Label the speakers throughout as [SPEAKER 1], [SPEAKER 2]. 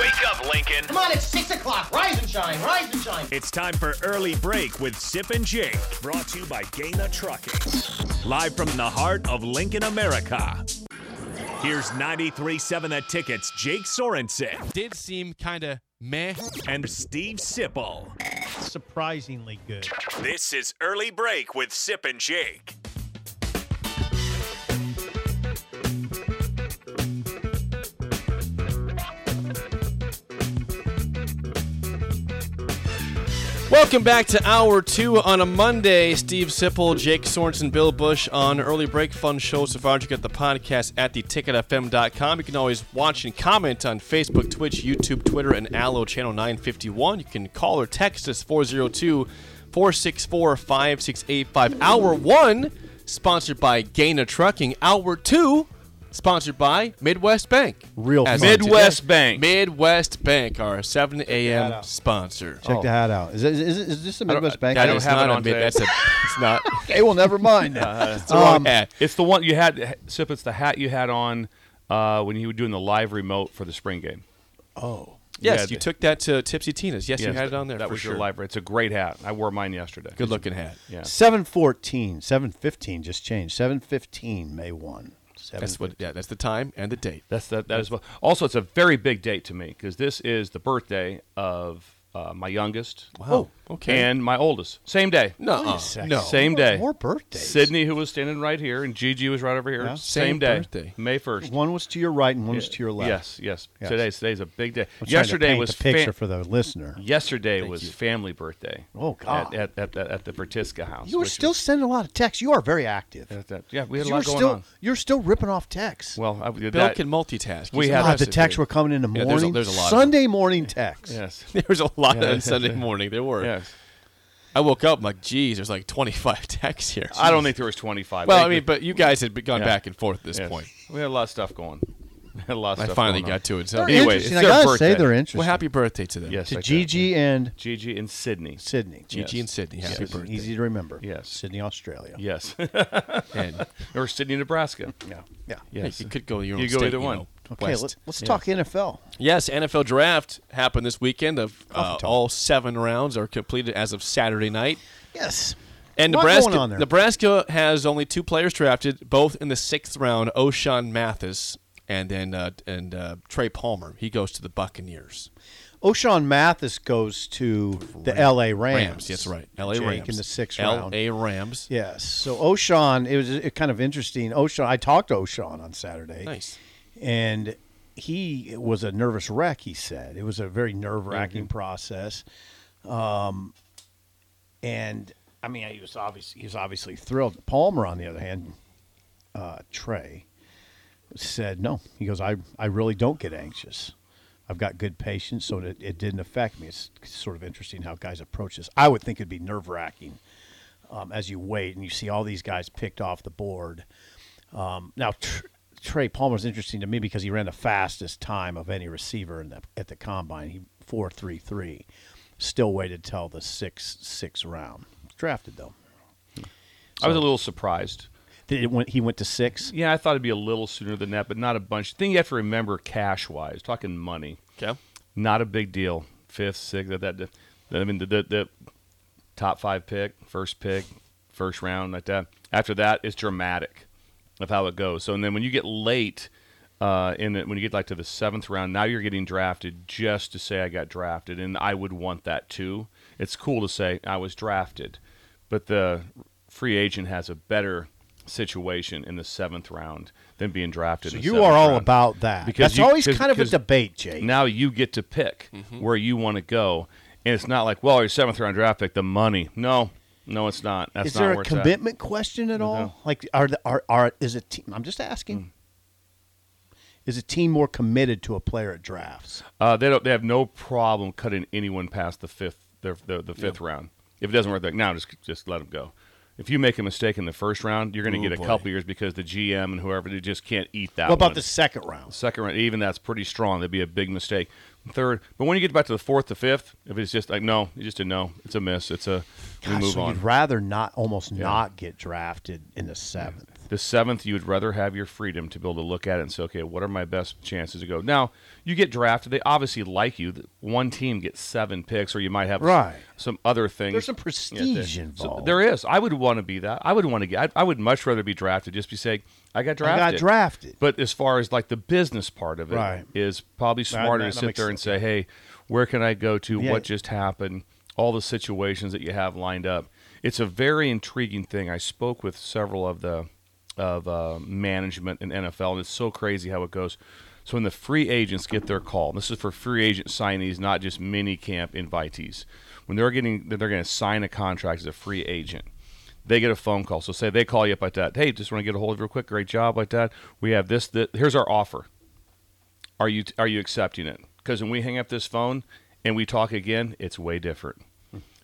[SPEAKER 1] Wake up, Lincoln.
[SPEAKER 2] Come on, it's 6 o'clock. Rise and shine, rise and shine.
[SPEAKER 1] It's time for Early Break with Sip and Jake, brought to you by Gaina Trucking. Live from the heart of Lincoln, America. Here's 93.7 The Tickets, Jake Sorensen
[SPEAKER 3] Did seem kind of meh.
[SPEAKER 1] and Steve Sipple.
[SPEAKER 4] surprisingly good.
[SPEAKER 1] This is Early Break with Sip and Jake.
[SPEAKER 3] Welcome back to hour two on a Monday. Steve Sipple, Jake Sorensen, Bill Bush on early break fun show. So far, you get the podcast at theticketfm.com. You can always watch and comment on Facebook, Twitch, YouTube, Twitter, and Allo Channel 951. You can call or text us 402 464 5685. Hour one, sponsored by Gaina Trucking. Hour two, sponsored by Midwest Bank.
[SPEAKER 4] Real
[SPEAKER 3] As
[SPEAKER 4] fun.
[SPEAKER 3] of today-
[SPEAKER 5] Midwest Bank.
[SPEAKER 3] Midwest Bank, our 7 a.m.
[SPEAKER 4] out.
[SPEAKER 3] sponsor.
[SPEAKER 4] Check the hat out. Is, it- is, it- is this a
[SPEAKER 3] I don't-
[SPEAKER 4] Midwest Bank?
[SPEAKER 3] That
[SPEAKER 5] Oh. don't
[SPEAKER 3] is
[SPEAKER 5] have
[SPEAKER 3] not
[SPEAKER 5] it
[SPEAKER 3] a
[SPEAKER 5] on
[SPEAKER 3] mid-
[SPEAKER 5] today.
[SPEAKER 3] That's a. It's not.
[SPEAKER 4] Okay, well, never mind.
[SPEAKER 3] It's the wrong
[SPEAKER 4] Um,
[SPEAKER 3] hat.
[SPEAKER 5] It's the one you had, Sip. It's the hat you had on uh, when you were doing the live remote for the spring game.
[SPEAKER 3] Oh. Yes,
[SPEAKER 5] yeah,
[SPEAKER 3] you
[SPEAKER 5] the-
[SPEAKER 3] took that to Tipsy Tina's. Yes, you
[SPEAKER 5] Yes,
[SPEAKER 3] had it on there.
[SPEAKER 5] That
[SPEAKER 3] for
[SPEAKER 5] was
[SPEAKER 3] sure.
[SPEAKER 5] your live. It's a great hat. I wore mine yesterday.
[SPEAKER 3] Good looking hat.
[SPEAKER 5] Yeah.
[SPEAKER 4] 714, 715 just changed. 715, May 1.
[SPEAKER 3] That's what. Yeah, that's the time and the date.
[SPEAKER 5] That's that. That is well. Also, it's a very big date to me because this is the birthday of uh, my youngest.
[SPEAKER 3] Wow. Oh, okay.
[SPEAKER 5] And my oldest. Same day.
[SPEAKER 3] No.
[SPEAKER 4] second.
[SPEAKER 3] No.
[SPEAKER 5] Same day.
[SPEAKER 4] Oh, More birthdays.
[SPEAKER 5] Sydney, who was standing right here, and Gigi was right over here.
[SPEAKER 4] Yeah.
[SPEAKER 5] Same,
[SPEAKER 3] Same
[SPEAKER 5] day.
[SPEAKER 3] birthday.
[SPEAKER 5] May first.
[SPEAKER 4] One was to your right and one was to your left.
[SPEAKER 5] Yes, yes.
[SPEAKER 4] Yes.
[SPEAKER 5] Today's today's a big day.
[SPEAKER 4] I'm trying to
[SPEAKER 5] Yesterday
[SPEAKER 4] paint
[SPEAKER 5] was
[SPEAKER 4] the picture
[SPEAKER 5] fa-
[SPEAKER 4] for the listener.
[SPEAKER 5] Yesterday was family birthday.
[SPEAKER 4] Oh, God.
[SPEAKER 5] At at, at, at, at the Bertiska house.
[SPEAKER 4] You were
[SPEAKER 5] which
[SPEAKER 4] still
[SPEAKER 5] was-
[SPEAKER 4] sending a lot of texts. You are very active.
[SPEAKER 5] at that- yeah, we had a
[SPEAKER 4] you were
[SPEAKER 5] lot going
[SPEAKER 4] still
[SPEAKER 5] on.
[SPEAKER 4] you're still ripping off texts.
[SPEAKER 5] Well, I,
[SPEAKER 3] Bill
[SPEAKER 5] that,
[SPEAKER 3] can multitask.
[SPEAKER 5] We
[SPEAKER 3] He's
[SPEAKER 5] have-
[SPEAKER 4] God, the
[SPEAKER 3] impressive,
[SPEAKER 4] texts
[SPEAKER 3] dude.
[SPEAKER 4] were coming in the
[SPEAKER 3] Yeah,
[SPEAKER 4] morning.
[SPEAKER 3] there's a- there's a lot of them.
[SPEAKER 4] Sunday morning texts.
[SPEAKER 5] yes,
[SPEAKER 3] There was a lot
[SPEAKER 5] Yeah.
[SPEAKER 3] on Sunday morning. There were.
[SPEAKER 5] yes.
[SPEAKER 3] I woke up I'm like, geez, there's like 25 texts here.
[SPEAKER 5] I don't think there was twenty five.
[SPEAKER 3] Well, I mean, but you guys had gone
[SPEAKER 5] Yeah.
[SPEAKER 3] back and forth at this
[SPEAKER 5] Yes.
[SPEAKER 3] point.
[SPEAKER 5] We had a lot of stuff going. We had a lot of
[SPEAKER 3] I
[SPEAKER 5] stuff
[SPEAKER 3] finally
[SPEAKER 5] going on.
[SPEAKER 3] got to it. So,
[SPEAKER 4] They're
[SPEAKER 5] Anyway,
[SPEAKER 4] interesting. I
[SPEAKER 5] it's their
[SPEAKER 4] gotta say
[SPEAKER 5] birthday.
[SPEAKER 4] they're
[SPEAKER 5] Well,
[SPEAKER 4] interesting.
[SPEAKER 3] well, happy birthday to them.
[SPEAKER 5] Yes,
[SPEAKER 4] to
[SPEAKER 5] like that.
[SPEAKER 4] Gigi and
[SPEAKER 5] Gigi and Sydney.
[SPEAKER 4] Sydney.
[SPEAKER 3] Gigi
[SPEAKER 5] Yes.
[SPEAKER 3] and Sydney. Happy
[SPEAKER 4] Yes,
[SPEAKER 3] birthday.
[SPEAKER 4] Easy to remember.
[SPEAKER 5] Yes.
[SPEAKER 4] Sydney, Australia.
[SPEAKER 5] Yes.
[SPEAKER 3] And
[SPEAKER 5] or Sydney, Nebraska.
[SPEAKER 4] Yeah. Yeah.
[SPEAKER 5] Yes.
[SPEAKER 3] you could go your own
[SPEAKER 5] You go
[SPEAKER 3] state,
[SPEAKER 5] either one.
[SPEAKER 3] know,
[SPEAKER 4] Okay,
[SPEAKER 3] west.
[SPEAKER 4] let, us talk NFL.
[SPEAKER 3] Yes, NFL draft happened this weekend. Of uh,
[SPEAKER 4] Coffee talk.
[SPEAKER 3] all seven rounds are completed as of Saturday night,
[SPEAKER 4] Yes.
[SPEAKER 3] and
[SPEAKER 4] Lot
[SPEAKER 3] Nebraska
[SPEAKER 4] going on there.
[SPEAKER 3] Nebraska has only two players drafted, both in the sixth round: O'Shawn Mathis and then uh, and uh, Trey Palmer. He goes to the Buccaneers.
[SPEAKER 4] O'Shawn Mathis goes to the LA Rams.
[SPEAKER 3] That's right. L.A.
[SPEAKER 4] Jake,
[SPEAKER 3] Rams
[SPEAKER 4] in the sixth round.
[SPEAKER 3] L.A. Rams.
[SPEAKER 4] Yes. So O'Shawn, it was uh, kind of interesting. O'Shawn, I talked to O'Shawn on Saturday.
[SPEAKER 3] Nice.
[SPEAKER 4] and he was a nervous wreck. He said it was a very nerve wracking process, um, and I mean he was obviously he was obviously thrilled. Palmer, on the other hand, uh, Trey said no. He goes, I I really don't get anxious. I've got good patience, so it, it didn't affect me. It's sort of interesting how guys approach this. I would think it'd be nerve wracking um, as you wait and you see all these guys picked off the board. Um, now, tr- Trey Palmer's interesting to me because he ran the fastest time of any receiver in the, at the combine. He four three three, still waited till the six six round. Drafted though,
[SPEAKER 5] I was a little surprised.
[SPEAKER 4] Did it went, he went to six.
[SPEAKER 5] Yeah, I thought it'd be a little sooner than that, but not a bunch. The thing you have to remember, cash wise, talking money,
[SPEAKER 3] Okay.
[SPEAKER 5] not a big deal. Fifth, sixth, that, that, that- I mean, the, the, the top five pick, first pick, first round, like that. After that, it's dramatic of how it goes. So, and then when you get late, uh, in the, when you get like to the seventh round, now you're getting drafted just to say I got drafted, and I would want that too. It's cool to say I was drafted, but the free agent has a better situation in the seventh round than being drafted.
[SPEAKER 4] So
[SPEAKER 5] in the
[SPEAKER 4] you
[SPEAKER 5] seventh
[SPEAKER 4] are all
[SPEAKER 5] round.
[SPEAKER 4] about that.
[SPEAKER 5] Because
[SPEAKER 4] That's
[SPEAKER 5] you-
[SPEAKER 4] always
[SPEAKER 5] 'cause-
[SPEAKER 4] kind of a
[SPEAKER 5] 'cause-
[SPEAKER 4] debate, Jake.
[SPEAKER 5] Now you get to pick where you want to go, and it's not like, well, your seventh round draft pick, the money. No, no, it's not. That's
[SPEAKER 4] is
[SPEAKER 5] not
[SPEAKER 4] there
[SPEAKER 5] where
[SPEAKER 4] a
[SPEAKER 5] it's at.
[SPEAKER 4] commitment question at all? Like, are the are, are is a team? I'm just asking.
[SPEAKER 5] Hmm.
[SPEAKER 4] Is a team more committed to a player at drafts?
[SPEAKER 5] Uh, they don't. They have no problem cutting anyone past the fifth, the the, the fifth round. If it doesn't work, they're like, now just just let them go. If you make a mistake in the first round, you're going to get a couple years because the GM and whoever they just can't eat that.
[SPEAKER 4] What about
[SPEAKER 5] one.
[SPEAKER 4] the second round?
[SPEAKER 5] second round? Even that's pretty strong. That'd be a big mistake. Third, but when you get back to the fourth, to fifth, if it's just like no, you just a no, it's a miss. It's a we
[SPEAKER 4] Gosh,
[SPEAKER 5] move
[SPEAKER 4] so
[SPEAKER 5] on.
[SPEAKER 4] You'd rather not, almost not get drafted in the seventh.
[SPEAKER 5] The seventh, you would rather have your freedom to be able to look at it and say, okay, what are my best chances to go? Now, you get drafted. They obviously like you. One team gets seven picks, or you might have s-
[SPEAKER 4] Right.
[SPEAKER 5] some other things.
[SPEAKER 4] There's some
[SPEAKER 5] Yeah,
[SPEAKER 4] prestige
[SPEAKER 5] there- so
[SPEAKER 4] involved.
[SPEAKER 5] there is. I would want to be that. I would want to get, I, I would much rather be drafted just be saying, I got
[SPEAKER 4] I
[SPEAKER 5] drafted.
[SPEAKER 4] got drafted.
[SPEAKER 5] But as far as like the business part of it is
[SPEAKER 4] Right.
[SPEAKER 5] probably smarter
[SPEAKER 4] that-
[SPEAKER 5] to
[SPEAKER 4] that
[SPEAKER 5] sit
[SPEAKER 4] makes
[SPEAKER 5] there and say, hey, where can I go to?
[SPEAKER 4] Yeah.
[SPEAKER 5] What just happened? All the situations that you have lined up. It's a very intriguing thing. I spoke with several of the of uh, management in NFL, and it's so crazy how it goes. So when the free agents get their call, and this is for free agent signees, not just mini camp invitees. When they're getting, they're going to sign a contract as a free agent they get a phone call. So say they call you up like that. Hey, just want to get a hold of you real quick. Great job like that. We have this. That, here's our offer. Are you are you accepting it? Because when we hang up this phone and we talk again, it's way different.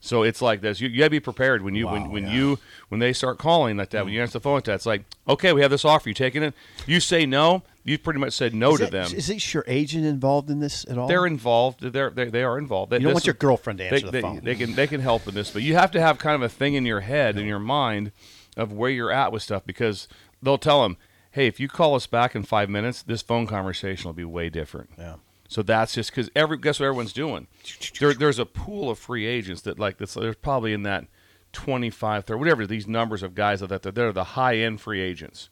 [SPEAKER 5] So it's like this. You, you gotta be prepared when you when, when you when they start calling like that. When you answer the phone like that, it's like okay, we have this offer. You taking it? You say no. You've pretty much said no
[SPEAKER 4] is
[SPEAKER 5] to
[SPEAKER 4] that-
[SPEAKER 5] them.
[SPEAKER 4] Is this your agent involved in this at all?
[SPEAKER 5] They're involved. They're they, they are involved. They,
[SPEAKER 4] You don't
[SPEAKER 5] this
[SPEAKER 4] want
[SPEAKER 5] is-
[SPEAKER 4] your girlfriend to
[SPEAKER 5] they,
[SPEAKER 4] answer the
[SPEAKER 5] they-
[SPEAKER 4] phone.
[SPEAKER 5] They can they can help in this, but you have to have kind of a thing in your head in your mind of where you're at with stuff because they'll tell them, hey, if you call us back in five minutes, this phone conversation will be way different.
[SPEAKER 4] Yeah.
[SPEAKER 5] So that's just because every guess what everyone's doing. There, there's a pool of free agents that like this. There's probably in that 25, 30, whatever these numbers of guys that that they're the high end free agents.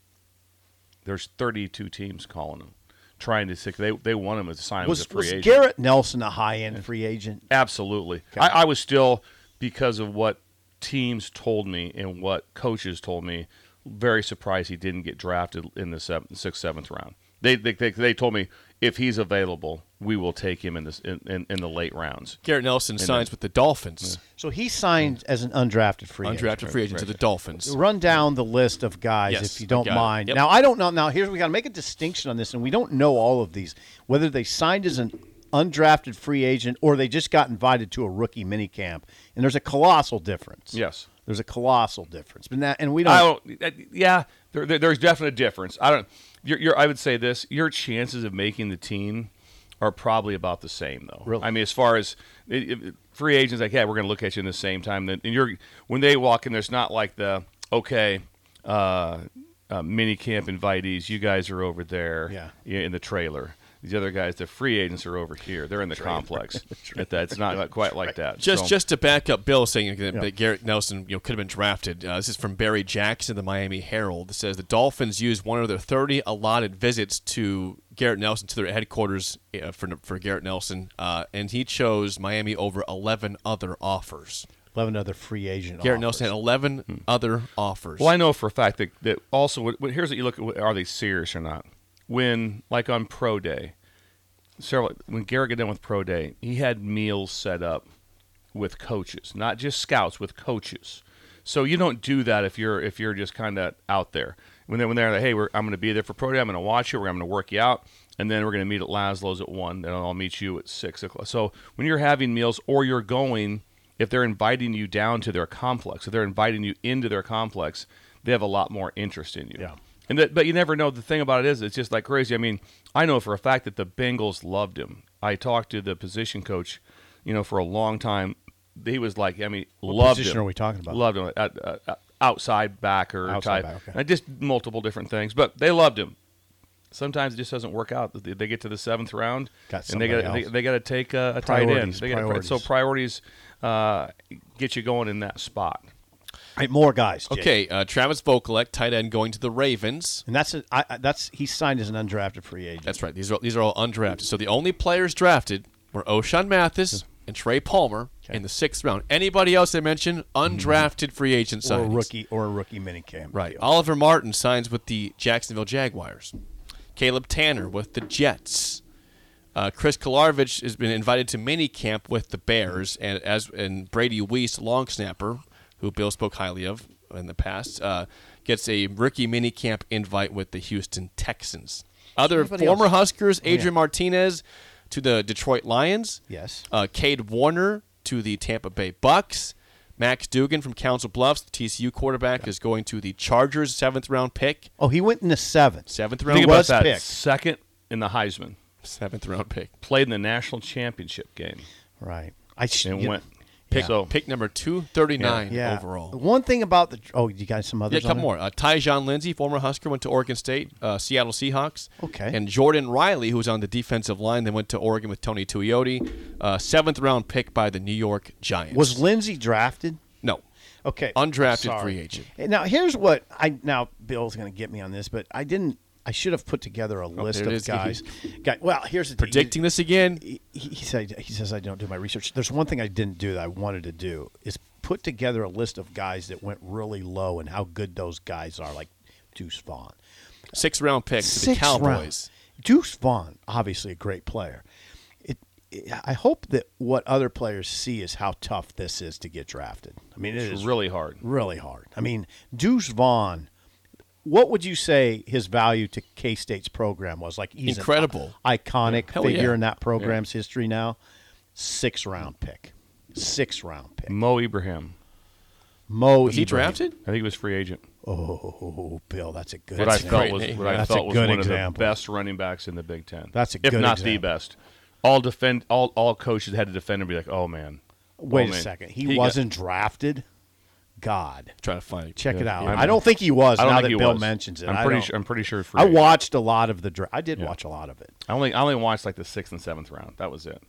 [SPEAKER 5] There's 32 teams calling them, trying to sick. They they want them as a sign as
[SPEAKER 4] was
[SPEAKER 5] a free
[SPEAKER 4] was
[SPEAKER 5] agent.
[SPEAKER 4] Garrett Nelson a high end free agent?
[SPEAKER 5] Absolutely. I, I was still because of what teams told me and what coaches told me. Very surprised he didn't get drafted in the seventh, sixth, seventh round. They they, they they told me if he's available, we will take him in this in, in, in the late rounds.
[SPEAKER 3] Garrett Nelson signs with the Dolphins,
[SPEAKER 4] So he signed as an undrafted free agent.
[SPEAKER 3] undrafted free agent to the Dolphins.
[SPEAKER 4] Run down the list of guys,
[SPEAKER 3] Yes,
[SPEAKER 4] if you don't
[SPEAKER 3] got it.
[SPEAKER 4] mind.
[SPEAKER 3] Yep.
[SPEAKER 4] Now, I don't know. Now, here's we got to make a distinction on this, and we don't know all of these whether they signed as an undrafted free agent or they just got invited to a rookie minicamp. And there's a colossal difference.
[SPEAKER 5] Yes.
[SPEAKER 4] there's a colossal difference. But that, and we don't.
[SPEAKER 5] I don't. uh, Yeah, there, there, there's definitely a difference. I don't. Your, your, I would say this: your chances of making the team are probably about the same, though.
[SPEAKER 4] Really?
[SPEAKER 5] I mean, as far as it, it- free agents, like, yeah, we're going to look at you in the same time. Then, and you're when they walk in, there's not like the okay. Uh, uh, mini camp invitees, you guys are over there
[SPEAKER 4] Yeah.
[SPEAKER 5] yeah, in the trailer. These other guys, the free agents, are over here. They're in the complex. At that, it's not like- quite like that.
[SPEAKER 3] Just,
[SPEAKER 5] So-
[SPEAKER 3] just to back up Bill saying that,
[SPEAKER 4] Yeah.
[SPEAKER 3] that Garrett Nelson you know, could have been drafted. Uh, this is from Barry Jackson, the Miami Herald. It says the Dolphins used one of their 30 allotted visits to Garrett Nelson to their headquarters uh, for for Garrett Nelson, uh, and he chose Miami over 11 other offers.
[SPEAKER 4] Eleven other free agent.
[SPEAKER 3] Garrett
[SPEAKER 4] offers.
[SPEAKER 3] Nelson had 11 other offers.
[SPEAKER 5] Hmm. Well, I know for a fact that, that also, what- what- here's what you look at are they serious or not? When, like on Pro Day, several, when Garrett got done with Pro Day, he had meals set up with coaches, not just scouts, with coaches. So you don't do that if you're if you're just kind of out there. When they when they're like, hey, we're, I'm going to be there for pro day. I'm going to watch you. We're going to work you out, and then we're going to meet at Laszlo's at one. Then I'll meet you at six o'clock. So when you're having meals or you're going, if they're inviting you down to their complex, if they're inviting you into their complex, they have a lot more interest in you.
[SPEAKER 4] Yeah.
[SPEAKER 5] And that, but you never know. The thing about it is, it's just like crazy. I mean, I know for a fact that the Bengals loved him. I talked to the position coach, you know, for a long time. He was like, I mean, loved
[SPEAKER 4] position
[SPEAKER 5] him.
[SPEAKER 4] are we talking about?
[SPEAKER 5] Loved him. Uh, uh, uh, outside backer
[SPEAKER 4] Outside
[SPEAKER 5] type.
[SPEAKER 4] back, okay.
[SPEAKER 5] And Uh, Just multiple different things, but they loved him. Sometimes it just doesn't work out. They- They get to the seventh round,
[SPEAKER 4] Got
[SPEAKER 5] and they
[SPEAKER 4] somebody
[SPEAKER 5] got they,
[SPEAKER 4] else.
[SPEAKER 5] got to take a, a tight end.
[SPEAKER 4] Priorities,
[SPEAKER 5] They gotta-
[SPEAKER 4] priorities.
[SPEAKER 5] so priorities uh, get you going in that spot.
[SPEAKER 4] All right, more guys. Jake.
[SPEAKER 3] okay, uh, Travis Vokalek, tight end, going to the Ravens.
[SPEAKER 4] and that's a, I, I, that's he signed as an undrafted free agent.
[SPEAKER 3] That's right. These are these are all undrafted. So the only players drafted were O'Shawn Mathis
[SPEAKER 4] Hmm.
[SPEAKER 3] and Trey Palmer in the sixth round. Anybody else they mentioned undrafted free agent
[SPEAKER 4] Hmm. or a
[SPEAKER 3] signings.
[SPEAKER 4] rookie or a rookie minicamp.
[SPEAKER 3] Right.
[SPEAKER 4] deal.
[SPEAKER 3] Oliver Martin signs with the Jacksonville Jaguars. Caleb Tanner with the Jets. Uh, Chris Kolarovich has been invited to minicamp with the Bears, and as and Brady Weiss, long snapper, who Bill spoke highly of in the past, uh, gets a rookie minicamp invite with the Houston Texans. Other
[SPEAKER 4] Anybody
[SPEAKER 3] former
[SPEAKER 4] else? Oh,
[SPEAKER 3] Huskers, Adrian Martinez to the Detroit Lions.
[SPEAKER 4] Yes.
[SPEAKER 3] Uh, Cade Warner to the Tampa Bay Bucks. Max Dugan from Council Bluffs, the TCU quarterback, is going to the Chargers, seventh round pick.
[SPEAKER 4] Oh, he went in the seventh.
[SPEAKER 3] Seventh
[SPEAKER 5] Think
[SPEAKER 3] round,
[SPEAKER 5] about
[SPEAKER 4] was
[SPEAKER 5] that.
[SPEAKER 4] picked.
[SPEAKER 5] Second in the Heisman,
[SPEAKER 3] seventh round pick.
[SPEAKER 5] played in the national championship game,
[SPEAKER 4] Right. I sh-
[SPEAKER 5] and
[SPEAKER 4] you-
[SPEAKER 5] went
[SPEAKER 3] Pick,
[SPEAKER 5] So-
[SPEAKER 3] pick number 239
[SPEAKER 4] Yeah.
[SPEAKER 3] overall.
[SPEAKER 4] One thing about the oh, you got some others.
[SPEAKER 3] Yeah, a
[SPEAKER 4] on
[SPEAKER 3] couple
[SPEAKER 4] there?
[SPEAKER 3] more. Uh, Tyjon Lindsey, former Husker, went to Oregon State, uh, Seattle Seahawks.
[SPEAKER 4] Okay.
[SPEAKER 3] And Jordan Riley, who was on the defensive line, then went to Oregon with Tony Tuioti, uh, seventh round pick by the New York Giants.
[SPEAKER 4] Was Lindsey drafted?
[SPEAKER 3] no
[SPEAKER 4] Okay,
[SPEAKER 3] undrafted
[SPEAKER 4] sorry.
[SPEAKER 3] free agent.
[SPEAKER 4] And Now here's what I now Bill's going to get me on this, but I didn't. I should have put together a list
[SPEAKER 3] Oh, there it
[SPEAKER 4] of
[SPEAKER 3] is.
[SPEAKER 4] guys. Guy, well, here's the deal.
[SPEAKER 3] Predicting this again,
[SPEAKER 4] He, he, he said he says I don't do my research. There's one thing I didn't do that I wanted to do is put together a list of guys that went really low and how good those guys are, like Deuce Vaughn.
[SPEAKER 3] sixth round pick to the
[SPEAKER 4] Sixth
[SPEAKER 3] Cowboys.
[SPEAKER 4] round. Deuce Vaughn, obviously a great player. It, it- I hope that what other players see is how tough this is to get drafted. I mean, it
[SPEAKER 5] It's
[SPEAKER 4] is
[SPEAKER 5] really hard.
[SPEAKER 4] really hard. I mean, Deuce Vaughn. What would you say his value to K State's program was? Like he's an
[SPEAKER 3] Incredible.
[SPEAKER 4] iconic
[SPEAKER 3] Hell
[SPEAKER 4] figure
[SPEAKER 3] yeah.
[SPEAKER 4] in that program's history. Now, six round pick, six round pick.
[SPEAKER 5] Mo Ibrahim.
[SPEAKER 4] Mo
[SPEAKER 3] Was he
[SPEAKER 4] Ibrahim.
[SPEAKER 3] drafted?
[SPEAKER 5] I think he was free agent.
[SPEAKER 4] Oh, Bill, that's a good.
[SPEAKER 5] What I
[SPEAKER 4] example.
[SPEAKER 5] felt
[SPEAKER 3] great
[SPEAKER 5] was
[SPEAKER 3] name.
[SPEAKER 5] what I
[SPEAKER 4] That's
[SPEAKER 5] felt
[SPEAKER 4] a
[SPEAKER 5] was
[SPEAKER 4] good
[SPEAKER 5] one of
[SPEAKER 4] example.
[SPEAKER 5] the best running backs in the Big Ten.
[SPEAKER 4] That's a
[SPEAKER 5] if
[SPEAKER 4] good
[SPEAKER 5] not the
[SPEAKER 4] example.
[SPEAKER 5] best. All defend all all coaches had to defend and be like, oh man.
[SPEAKER 4] Wait
[SPEAKER 5] Oh,
[SPEAKER 4] a
[SPEAKER 5] man.
[SPEAKER 4] second, he,
[SPEAKER 5] got-
[SPEAKER 4] wasn't drafted. God,
[SPEAKER 3] Trying to find
[SPEAKER 4] check it out.
[SPEAKER 5] I'm-
[SPEAKER 4] I don't think he was.
[SPEAKER 5] I don't
[SPEAKER 4] now
[SPEAKER 5] think
[SPEAKER 4] that
[SPEAKER 5] he
[SPEAKER 4] Bill
[SPEAKER 5] was.
[SPEAKER 4] mentions it,
[SPEAKER 5] I'm
[SPEAKER 4] I
[SPEAKER 5] pretty
[SPEAKER 4] don't-
[SPEAKER 5] sure. I'm pretty sure. Free
[SPEAKER 4] I
[SPEAKER 5] agent.
[SPEAKER 4] watched a lot of the draft. I did
[SPEAKER 5] Yeah.
[SPEAKER 4] watch a lot of it.
[SPEAKER 5] I only I only watched like the sixth and seventh round. That was it.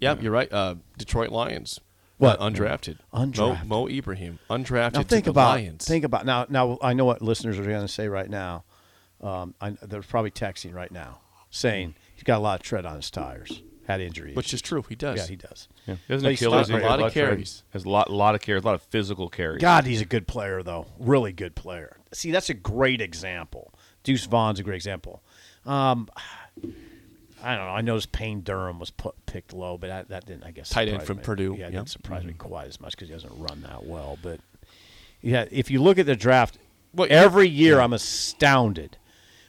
[SPEAKER 3] Yeah, you're right. Uh, Detroit Lions.
[SPEAKER 4] What?
[SPEAKER 3] Uh, undrafted?
[SPEAKER 4] Undrafted.
[SPEAKER 3] Mo, Mo Ibrahim. Undrafted.
[SPEAKER 4] Now
[SPEAKER 3] to
[SPEAKER 4] think
[SPEAKER 3] the
[SPEAKER 4] about
[SPEAKER 3] Lions.
[SPEAKER 4] think about now. Now I know what listeners are going to say right now. Um, I, they're probably texting right now saying he's got a lot of tread on his tires. Had injuries,
[SPEAKER 3] which is true. He does.
[SPEAKER 4] yeah, he does.
[SPEAKER 5] Yeah. There's
[SPEAKER 4] But
[SPEAKER 5] an
[SPEAKER 4] he's
[SPEAKER 5] Achilles.
[SPEAKER 4] still
[SPEAKER 5] He
[SPEAKER 4] a
[SPEAKER 5] got
[SPEAKER 3] lot of
[SPEAKER 5] trade.
[SPEAKER 3] carries.
[SPEAKER 5] Has a lot lot of carries. A lot of physical carries.
[SPEAKER 4] God, he's a good player though. Really good player. See, that's a great example. Deuce Vaughn's a great example. Um, I don't know. I noticed Payne Durham was put, picked low, but I, that didn't. I guess
[SPEAKER 3] Tight end
[SPEAKER 4] surprise
[SPEAKER 3] from
[SPEAKER 4] me.
[SPEAKER 3] Purdue,
[SPEAKER 4] Yeah, it
[SPEAKER 3] yeah. Mm-hmm.
[SPEAKER 4] didn't surprise me quite as much because he doesn't run that well. But yeah, if you look at the draft, every year I'm astounded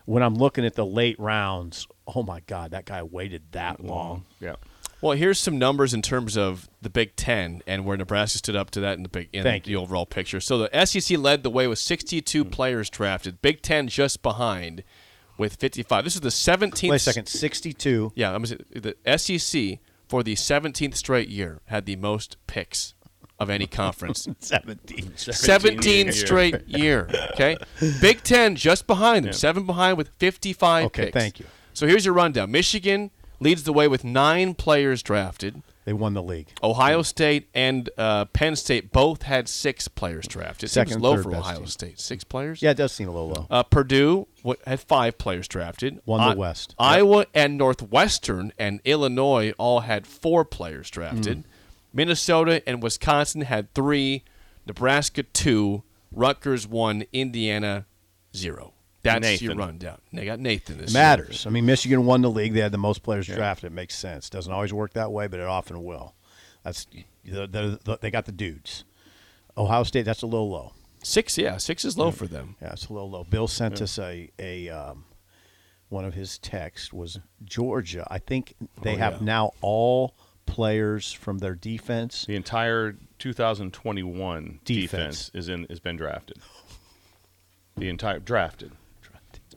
[SPEAKER 4] when I'm looking at the late rounds. Oh my God, that guy waited that
[SPEAKER 3] Mm-hmm.
[SPEAKER 4] long.
[SPEAKER 5] Yeah.
[SPEAKER 3] Well, here's some numbers in terms of the Big Ten and where Nebraska stood up to that in the big in
[SPEAKER 4] Thank
[SPEAKER 3] the
[SPEAKER 4] you. Hmm.
[SPEAKER 3] overall picture. So the SEC led the way with 62 players drafted. Big Ten just behind with 55. This is the 17th.
[SPEAKER 4] Wait a second, 62.
[SPEAKER 3] Yeah, I'm gonna say- the SEC for the 17th straight year had the most picks of any conference.
[SPEAKER 4] 17.
[SPEAKER 3] 17
[SPEAKER 5] year.
[SPEAKER 3] straight year. Okay, Big Ten just behind them, seven behind with 55
[SPEAKER 4] Okay,
[SPEAKER 3] picks.
[SPEAKER 4] thank you.
[SPEAKER 3] So here's your rundown. Michigan leads the way with nine players drafted.
[SPEAKER 4] They won the league.
[SPEAKER 3] Ohio State and uh, Penn State both had six players drafted. It
[SPEAKER 4] Second,
[SPEAKER 3] seems low
[SPEAKER 4] third
[SPEAKER 3] for
[SPEAKER 4] best
[SPEAKER 3] Ohio
[SPEAKER 4] team.
[SPEAKER 3] State. Six players.
[SPEAKER 4] Yeah, it does seem a little low.
[SPEAKER 3] Uh, Purdue wa- had five players drafted.
[SPEAKER 4] Won the
[SPEAKER 3] I-
[SPEAKER 4] West.
[SPEAKER 3] Iowa and Northwestern and Illinois all had four players drafted.
[SPEAKER 4] Hmm.
[SPEAKER 3] Minnesota and Wisconsin had three. Nebraska two. Rutgers one. Indiana zero. That's your
[SPEAKER 5] Nathan.
[SPEAKER 3] rundown. They got Nathan this year.
[SPEAKER 4] matters. I mean, Michigan won the league. They had the most players drafted. It makes sense. Doesn't always work that way, but it often will. That's the, the, the, they got the dudes. Ohio State. That's a little low.
[SPEAKER 3] Six. Yeah, six is low for them.
[SPEAKER 4] Yeah, it's a little low. Bill sent us a a um, one of his texts was Georgia. I think they
[SPEAKER 5] Oh,
[SPEAKER 4] have now all players from their defense.
[SPEAKER 5] The entire 2021 defense,
[SPEAKER 4] Defense.
[SPEAKER 5] is in has been drafted. The entire drafted.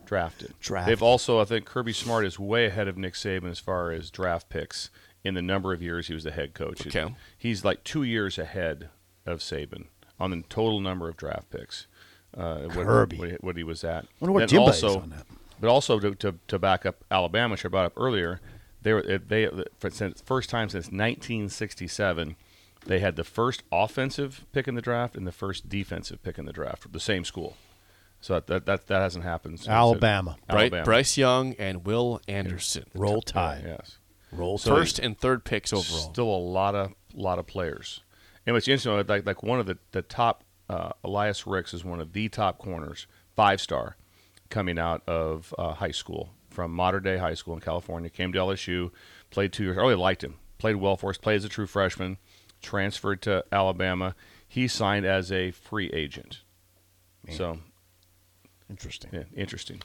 [SPEAKER 5] Drafted.
[SPEAKER 4] Drafted.
[SPEAKER 5] They've also, I think, Kirby Smart is way ahead of Nick Saban as far as draft picks in the number of years he was the head coach.
[SPEAKER 3] Okay.
[SPEAKER 5] He's like two years ahead of Saban on the total number of draft picks. Uh, what-
[SPEAKER 4] Kirby.
[SPEAKER 5] What, he- what he was at.
[SPEAKER 4] Wonder what
[SPEAKER 5] And
[SPEAKER 4] Jimbo is
[SPEAKER 5] also,
[SPEAKER 4] on that.
[SPEAKER 5] But also to, to, to back up Alabama, which I brought up earlier, they were they for, since first time since 1967, they had the first offensive pick in the draft and the first defensive pick in the draft for the same school. So that that that, that hasn't happened. Since
[SPEAKER 4] Alabama.
[SPEAKER 3] Bry-
[SPEAKER 5] Alabama.
[SPEAKER 3] Bryce Young and Will Anderson.
[SPEAKER 4] Roll Tide.
[SPEAKER 5] Yes.
[SPEAKER 4] Roll Tide.
[SPEAKER 3] First and third picks overall.
[SPEAKER 5] Still a lot of lot of players. And what's interesting, like like one of the the top uh, Elias Ricks is one of the top corners, five star, coming out of uh, high school from modern day high school in California. Came to LSU, played two years. I really liked him. Played well for us. Played as a true freshman. Transferred to Alabama. He signed as a free agent. So
[SPEAKER 4] Interesting.
[SPEAKER 5] yeah, interesting.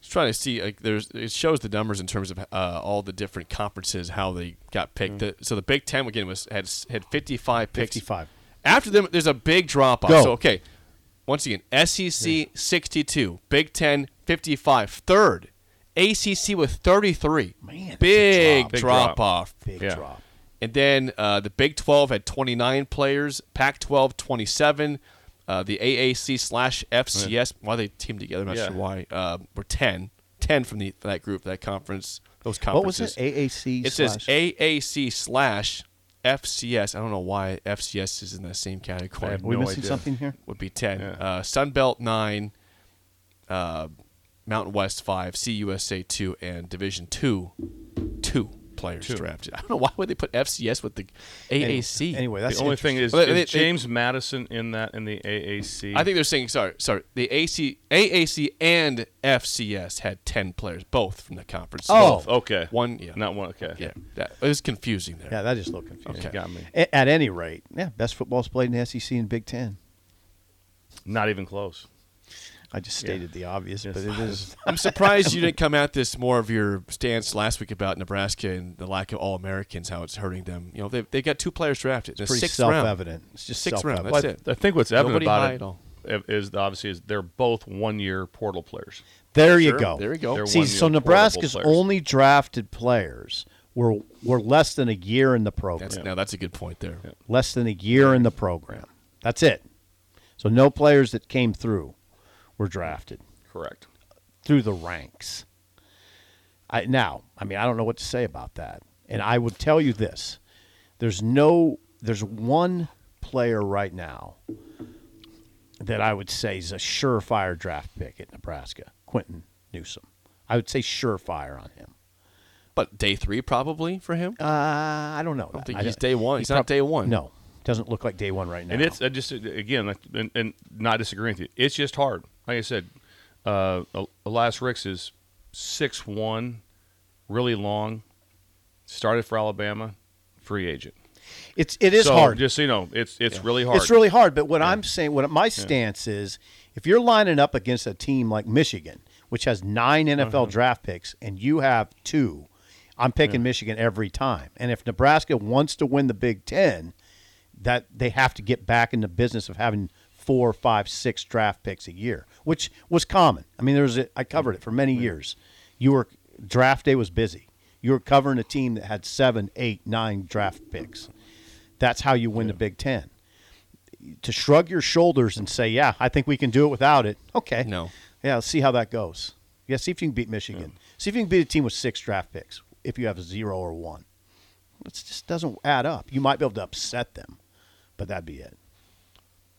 [SPEAKER 3] Just trying to see like there's it shows the numbers in terms of uh, all the different conferences how they got
[SPEAKER 4] Mm.
[SPEAKER 3] picked. The- so the Big Ten again was had had 55 picks.
[SPEAKER 4] 55.
[SPEAKER 3] After them, there's a big drop off.
[SPEAKER 4] Go.
[SPEAKER 3] So okay, once again, SEC 62, Big Ten 55, third, ACC with 33.
[SPEAKER 4] Man, that's a
[SPEAKER 3] big,
[SPEAKER 4] drop.
[SPEAKER 5] Big
[SPEAKER 3] drop
[SPEAKER 5] drop.
[SPEAKER 3] off.
[SPEAKER 4] Big
[SPEAKER 5] Yeah.
[SPEAKER 4] drop.
[SPEAKER 3] And then uh, the Big 12 had 29 players, Pac 12, 27. Uh, the AAC slash FCS, why they teamed together, I'm not
[SPEAKER 5] Yeah.
[SPEAKER 3] sure why, uh, were 10. 10 from the, that group, that conference, those conferences.
[SPEAKER 4] What was it? AAC.
[SPEAKER 3] It says
[SPEAKER 4] slash-
[SPEAKER 3] AAC slash FCS. I don't know why FCS is in that same category.
[SPEAKER 4] Are we
[SPEAKER 5] no
[SPEAKER 4] missing
[SPEAKER 5] idea.
[SPEAKER 4] something here?
[SPEAKER 3] Would be ten.
[SPEAKER 5] Yeah.
[SPEAKER 3] Uh, Sunbelt nine, uh, Mountain West five, CUSA two, and Division two, two players drafted. I don't know why would they put FCS with the AAC.
[SPEAKER 4] Anyway, that's
[SPEAKER 5] the only thing is,
[SPEAKER 3] Well, they-
[SPEAKER 5] is
[SPEAKER 3] they-
[SPEAKER 5] James Madison in that in the AAC.
[SPEAKER 3] I think they're saying sorry, sorry. The AC, AAC and FCS had ten players, both from the conference.
[SPEAKER 4] Oh.
[SPEAKER 3] Both.
[SPEAKER 5] okay,
[SPEAKER 3] One, yeah.
[SPEAKER 5] not one. Okay,
[SPEAKER 3] yeah. That, it was confusing there.
[SPEAKER 4] Yeah, that just looked confusing.
[SPEAKER 5] You got me.
[SPEAKER 4] A- At any rate, yeah, best football's played in the SEC and Big Ten.
[SPEAKER 5] Not even close.
[SPEAKER 4] I just stated the obvious, but it is.
[SPEAKER 3] I'm surprised you didn't come at this more of your stance last week about Nebraska and the lack of All Americans, how it's hurting them. You know, they they got two players drafted. It's
[SPEAKER 4] pretty
[SPEAKER 3] sixth
[SPEAKER 4] self-evident.
[SPEAKER 3] Round.
[SPEAKER 4] It's just
[SPEAKER 3] sixth round. That's
[SPEAKER 4] self-evident.
[SPEAKER 5] Well,
[SPEAKER 3] it.
[SPEAKER 5] I think what's evident
[SPEAKER 3] Nobody high at
[SPEAKER 5] about
[SPEAKER 3] all.
[SPEAKER 5] it is the- obviously is they're both one year portal players.
[SPEAKER 4] There you
[SPEAKER 3] Sure,
[SPEAKER 4] go.
[SPEAKER 3] there you go. They're
[SPEAKER 4] See,
[SPEAKER 5] one-year
[SPEAKER 4] so
[SPEAKER 5] portable
[SPEAKER 4] Nebraska's
[SPEAKER 5] players.
[SPEAKER 4] only drafted players were were less than a year in the program.
[SPEAKER 3] That's now that's a good point there.
[SPEAKER 4] less than a year in the program. That's it. So no players that came through were drafted
[SPEAKER 5] Correct.
[SPEAKER 4] through the ranks. I, now, I mean, I don't know what to say about that. And I would tell you this: there's no, there's one player right now that I would say is a surefire draft pick at Nebraska, Quentin Newsom. I would say surefire on him.
[SPEAKER 3] But day three probably for him.
[SPEAKER 4] Uh, I don't know. I
[SPEAKER 3] think he's day one. He's not day one.
[SPEAKER 4] No, doesn't look like day one right now.
[SPEAKER 5] And it's I just again, like, and, and not disagreeing with you. It's just hard. Like I said, uh, El- Elias Ricks is six one, really long. Started for Alabama, free agent.
[SPEAKER 4] it's it is
[SPEAKER 5] so
[SPEAKER 4] hard.
[SPEAKER 5] Just so you know, it's it's really hard.
[SPEAKER 4] It's really hard. But what I'm saying, what my stance is, if you're lining up against a team like Michigan, which has nine NFL draft picks, and you have two, I'm picking Michigan every time. And if Nebraska wants to win the Big Ten, that they have to get back in the business of having four, five, six draft picks a year, which was common. I mean, there was a, I covered it for many years. You were draft day was busy. You were covering a team that had seven, eight, nine draft picks. That's how you win the Big Ten to shrug your shoulders and say, "Yeah, I think we can do it without it." Okay.
[SPEAKER 3] No.
[SPEAKER 4] Yeah, let's see how that goes. Yeah, see if you can beat Michigan. See if you can beat a team with six draft picks. If you have a zero or one, it just doesn't add up. You might be able to upset them, but that'd be it.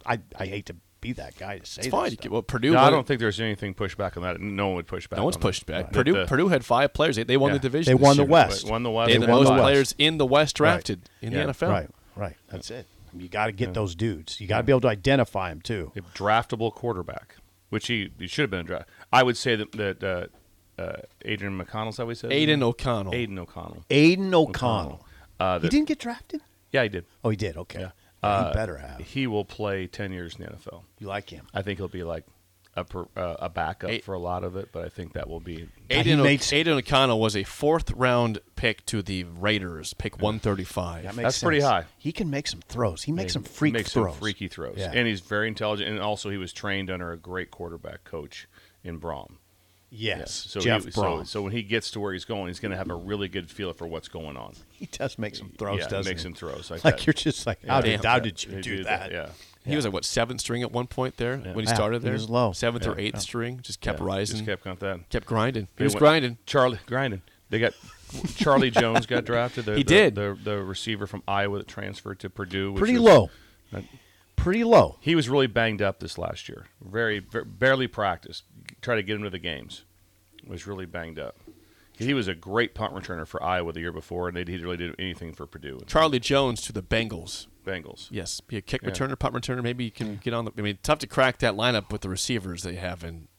[SPEAKER 4] I I hate to be that guy to say
[SPEAKER 3] It's
[SPEAKER 4] that
[SPEAKER 3] fine.
[SPEAKER 4] stuff.
[SPEAKER 3] Well, Purdue.
[SPEAKER 5] No, I
[SPEAKER 3] won-
[SPEAKER 5] don't think there's anything pushback on that. No one would push back.
[SPEAKER 3] no one's
[SPEAKER 5] on
[SPEAKER 3] pushed
[SPEAKER 5] that.
[SPEAKER 3] back.
[SPEAKER 5] But
[SPEAKER 3] Purdue
[SPEAKER 5] the-
[SPEAKER 3] Purdue had five players. They, they won
[SPEAKER 5] Yeah.
[SPEAKER 3] the division.
[SPEAKER 4] They
[SPEAKER 3] this
[SPEAKER 4] won the
[SPEAKER 3] year.
[SPEAKER 4] West.
[SPEAKER 5] Won the
[SPEAKER 3] They
[SPEAKER 5] West.
[SPEAKER 3] had
[SPEAKER 4] They
[SPEAKER 3] the
[SPEAKER 4] won
[SPEAKER 3] most
[SPEAKER 4] the West.
[SPEAKER 3] players in the West drafted in
[SPEAKER 5] Yeah.
[SPEAKER 3] the NFL.
[SPEAKER 4] Right. Right. That's it. You got to get those dudes. You got to be able to identify them too.
[SPEAKER 5] a draftable quarterback, which he, he should have been a draft. I would say that that uh, uh, Adrian McConnell's how we said
[SPEAKER 3] Aiden O'Connell.
[SPEAKER 5] Aiden O'Connell.
[SPEAKER 4] Aiden O'Connell.
[SPEAKER 5] Oh, Uh,
[SPEAKER 4] he
[SPEAKER 5] that-
[SPEAKER 4] didn't get drafted.
[SPEAKER 5] Yeah, he did.
[SPEAKER 4] Oh, he did. Okay.
[SPEAKER 5] Yeah. Uh,
[SPEAKER 4] he better have.
[SPEAKER 5] He will play ten years in the NFL.
[SPEAKER 4] You like him?
[SPEAKER 5] I think he'll be like a per, uh, a backup
[SPEAKER 3] Eight-
[SPEAKER 5] for a lot of it, but I think that will be.
[SPEAKER 4] God, he
[SPEAKER 3] Aiden, o-
[SPEAKER 4] made-
[SPEAKER 3] Aiden O'Connell was a fourth round pick to the Raiders, pick 135.
[SPEAKER 4] That makes
[SPEAKER 5] That's pretty
[SPEAKER 4] sense.
[SPEAKER 5] high.
[SPEAKER 4] He can make some throws. He makes some
[SPEAKER 5] He
[SPEAKER 4] freak
[SPEAKER 5] makes
[SPEAKER 4] throws.
[SPEAKER 5] Some freaky throws,
[SPEAKER 4] Yeah.
[SPEAKER 5] and he's very intelligent. And also, he was trained under a great quarterback coach in Brom.
[SPEAKER 4] yes.
[SPEAKER 5] So
[SPEAKER 4] Jeff
[SPEAKER 5] he,
[SPEAKER 4] Braun.
[SPEAKER 5] So, so when he gets to where he's going, he's going to have a really good feel for what's going on.
[SPEAKER 4] he does make some throws,
[SPEAKER 5] yeah,
[SPEAKER 4] doesn't
[SPEAKER 5] makes
[SPEAKER 4] he?
[SPEAKER 5] him throws like,
[SPEAKER 4] Like
[SPEAKER 5] that.
[SPEAKER 4] you're just like, how,
[SPEAKER 3] Yeah.
[SPEAKER 4] did, how
[SPEAKER 3] Yeah.
[SPEAKER 4] did you
[SPEAKER 5] He
[SPEAKER 4] do
[SPEAKER 5] did
[SPEAKER 4] that?
[SPEAKER 5] Yeah.
[SPEAKER 3] He was like what seventh string at one point there when he
[SPEAKER 4] Yeah,
[SPEAKER 3] started
[SPEAKER 4] he
[SPEAKER 3] there.
[SPEAKER 4] was low.
[SPEAKER 3] Seventh or
[SPEAKER 5] Yeah.
[SPEAKER 3] eighth string, just kept
[SPEAKER 5] Yeah,
[SPEAKER 3] rising,
[SPEAKER 5] Just kept going with that.
[SPEAKER 3] kept grinding. He
[SPEAKER 5] They
[SPEAKER 3] was
[SPEAKER 5] went-
[SPEAKER 3] grinding.
[SPEAKER 5] Charlie grinding. They got Charlie Jones got drafted. The,
[SPEAKER 3] He
[SPEAKER 5] the-
[SPEAKER 3] did.
[SPEAKER 5] The, the receiver from Iowa that transferred to Purdue. Which
[SPEAKER 4] Pretty
[SPEAKER 5] was-
[SPEAKER 4] low.
[SPEAKER 5] That-
[SPEAKER 4] Pretty low.
[SPEAKER 5] He was really banged up this last year. Very, ver- barely practiced. Try to get him to the games. Was really banged up. He was a great punt returner for Iowa the year before, and they, he really did anything for Purdue and
[SPEAKER 3] Charlie Jones to the Bengals.
[SPEAKER 5] Bengals.
[SPEAKER 3] Yes, be a kick
[SPEAKER 5] Yeah.
[SPEAKER 3] returner, punt returner. Maybe you
[SPEAKER 4] Mm.
[SPEAKER 3] can get on the. I mean, tough to crack that lineup with the receivers they have in,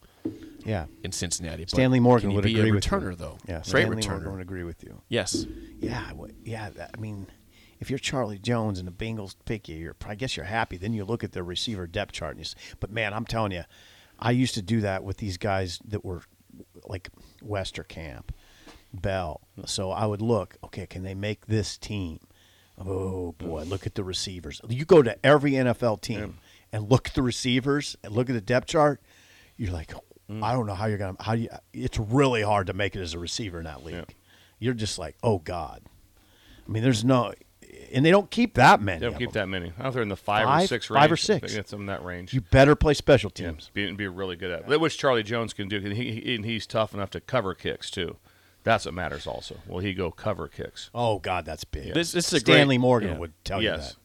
[SPEAKER 4] Yeah.
[SPEAKER 3] in Cincinnati. but
[SPEAKER 4] Stanley Morgan
[SPEAKER 3] can he
[SPEAKER 4] would
[SPEAKER 3] be
[SPEAKER 4] agree
[SPEAKER 3] a
[SPEAKER 4] with
[SPEAKER 3] returner
[SPEAKER 4] you.
[SPEAKER 3] though.
[SPEAKER 4] Yeah.
[SPEAKER 3] straight
[SPEAKER 4] Stanley
[SPEAKER 3] returner.
[SPEAKER 4] Morgan would agree with you.
[SPEAKER 3] Yes,
[SPEAKER 4] Yeah. I would- Yeah. that- I mean, if you're Charlie Jones and the Bengals pick you, you're, I guess you're happy. Then you look at their receiver depth chart. And you, s- but man, I'm telling you, I used to do that with these guys that were like Wester Camp, Bell. So I would look, okay, can they make this team? Oh boy, look at the receivers. You go to every NFL team and look at the receivers and look at the depth chart. You're like, I don't know how you're gonna how you. It's really hard to make it as a receiver in that league. You're just like, oh god. I mean, there's no and they don't keep that many.
[SPEAKER 5] They don't
[SPEAKER 4] of
[SPEAKER 5] keep
[SPEAKER 4] them.
[SPEAKER 5] that many. I think they're in the five, or
[SPEAKER 4] Five?
[SPEAKER 5] six range.
[SPEAKER 4] Five or
[SPEAKER 5] I think
[SPEAKER 4] six.
[SPEAKER 5] It's in that range.
[SPEAKER 4] You better play special
[SPEAKER 5] Yeah,
[SPEAKER 4] teams.
[SPEAKER 5] be, be really good at which Charlie Jones can do. 'cause He, he and he's tough enough to cover kicks too. That's what matters. Also, will he go cover kicks?
[SPEAKER 4] Oh God, that's big.
[SPEAKER 3] This- this is a
[SPEAKER 4] Stanley
[SPEAKER 3] great-
[SPEAKER 4] Morgan
[SPEAKER 3] yeah.
[SPEAKER 4] would tell you
[SPEAKER 5] yes,
[SPEAKER 4] that.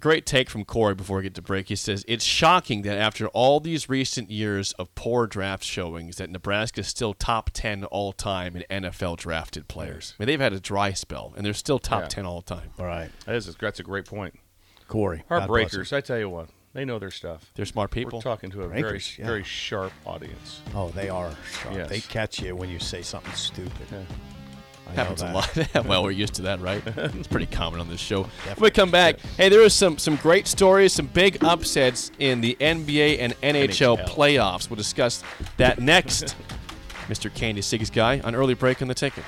[SPEAKER 3] Great take from Corey before we get to break. He says it's shocking that after all these recent years of poor draft showings, that Nebraska's still top ten all time in NFL drafted players. I mean, they've had a dry spell, and they're still top
[SPEAKER 5] Yeah.
[SPEAKER 3] ten all time.
[SPEAKER 4] All right,
[SPEAKER 5] that is that's a great point.
[SPEAKER 4] Corey. God bless him.
[SPEAKER 5] Heartbreakers. I tell you what, they know their stuff.
[SPEAKER 3] They're smart people.
[SPEAKER 5] We're talking to a
[SPEAKER 4] Breakers, yeah.
[SPEAKER 5] very very sharp audience.
[SPEAKER 4] Oh, they are. Sharp.
[SPEAKER 5] Yes.
[SPEAKER 4] They catch you when you say something stupid. I know
[SPEAKER 3] Happens a
[SPEAKER 4] that.
[SPEAKER 3] lot. well, we're used to that, right? It's pretty common on this show. When we come back, hey, there is some some great stories, some big upsets in the NBA and NHL,
[SPEAKER 5] NHL.
[SPEAKER 3] playoffs. We'll discuss that next. Mr. Candy Sig's guy on early break in the ticket.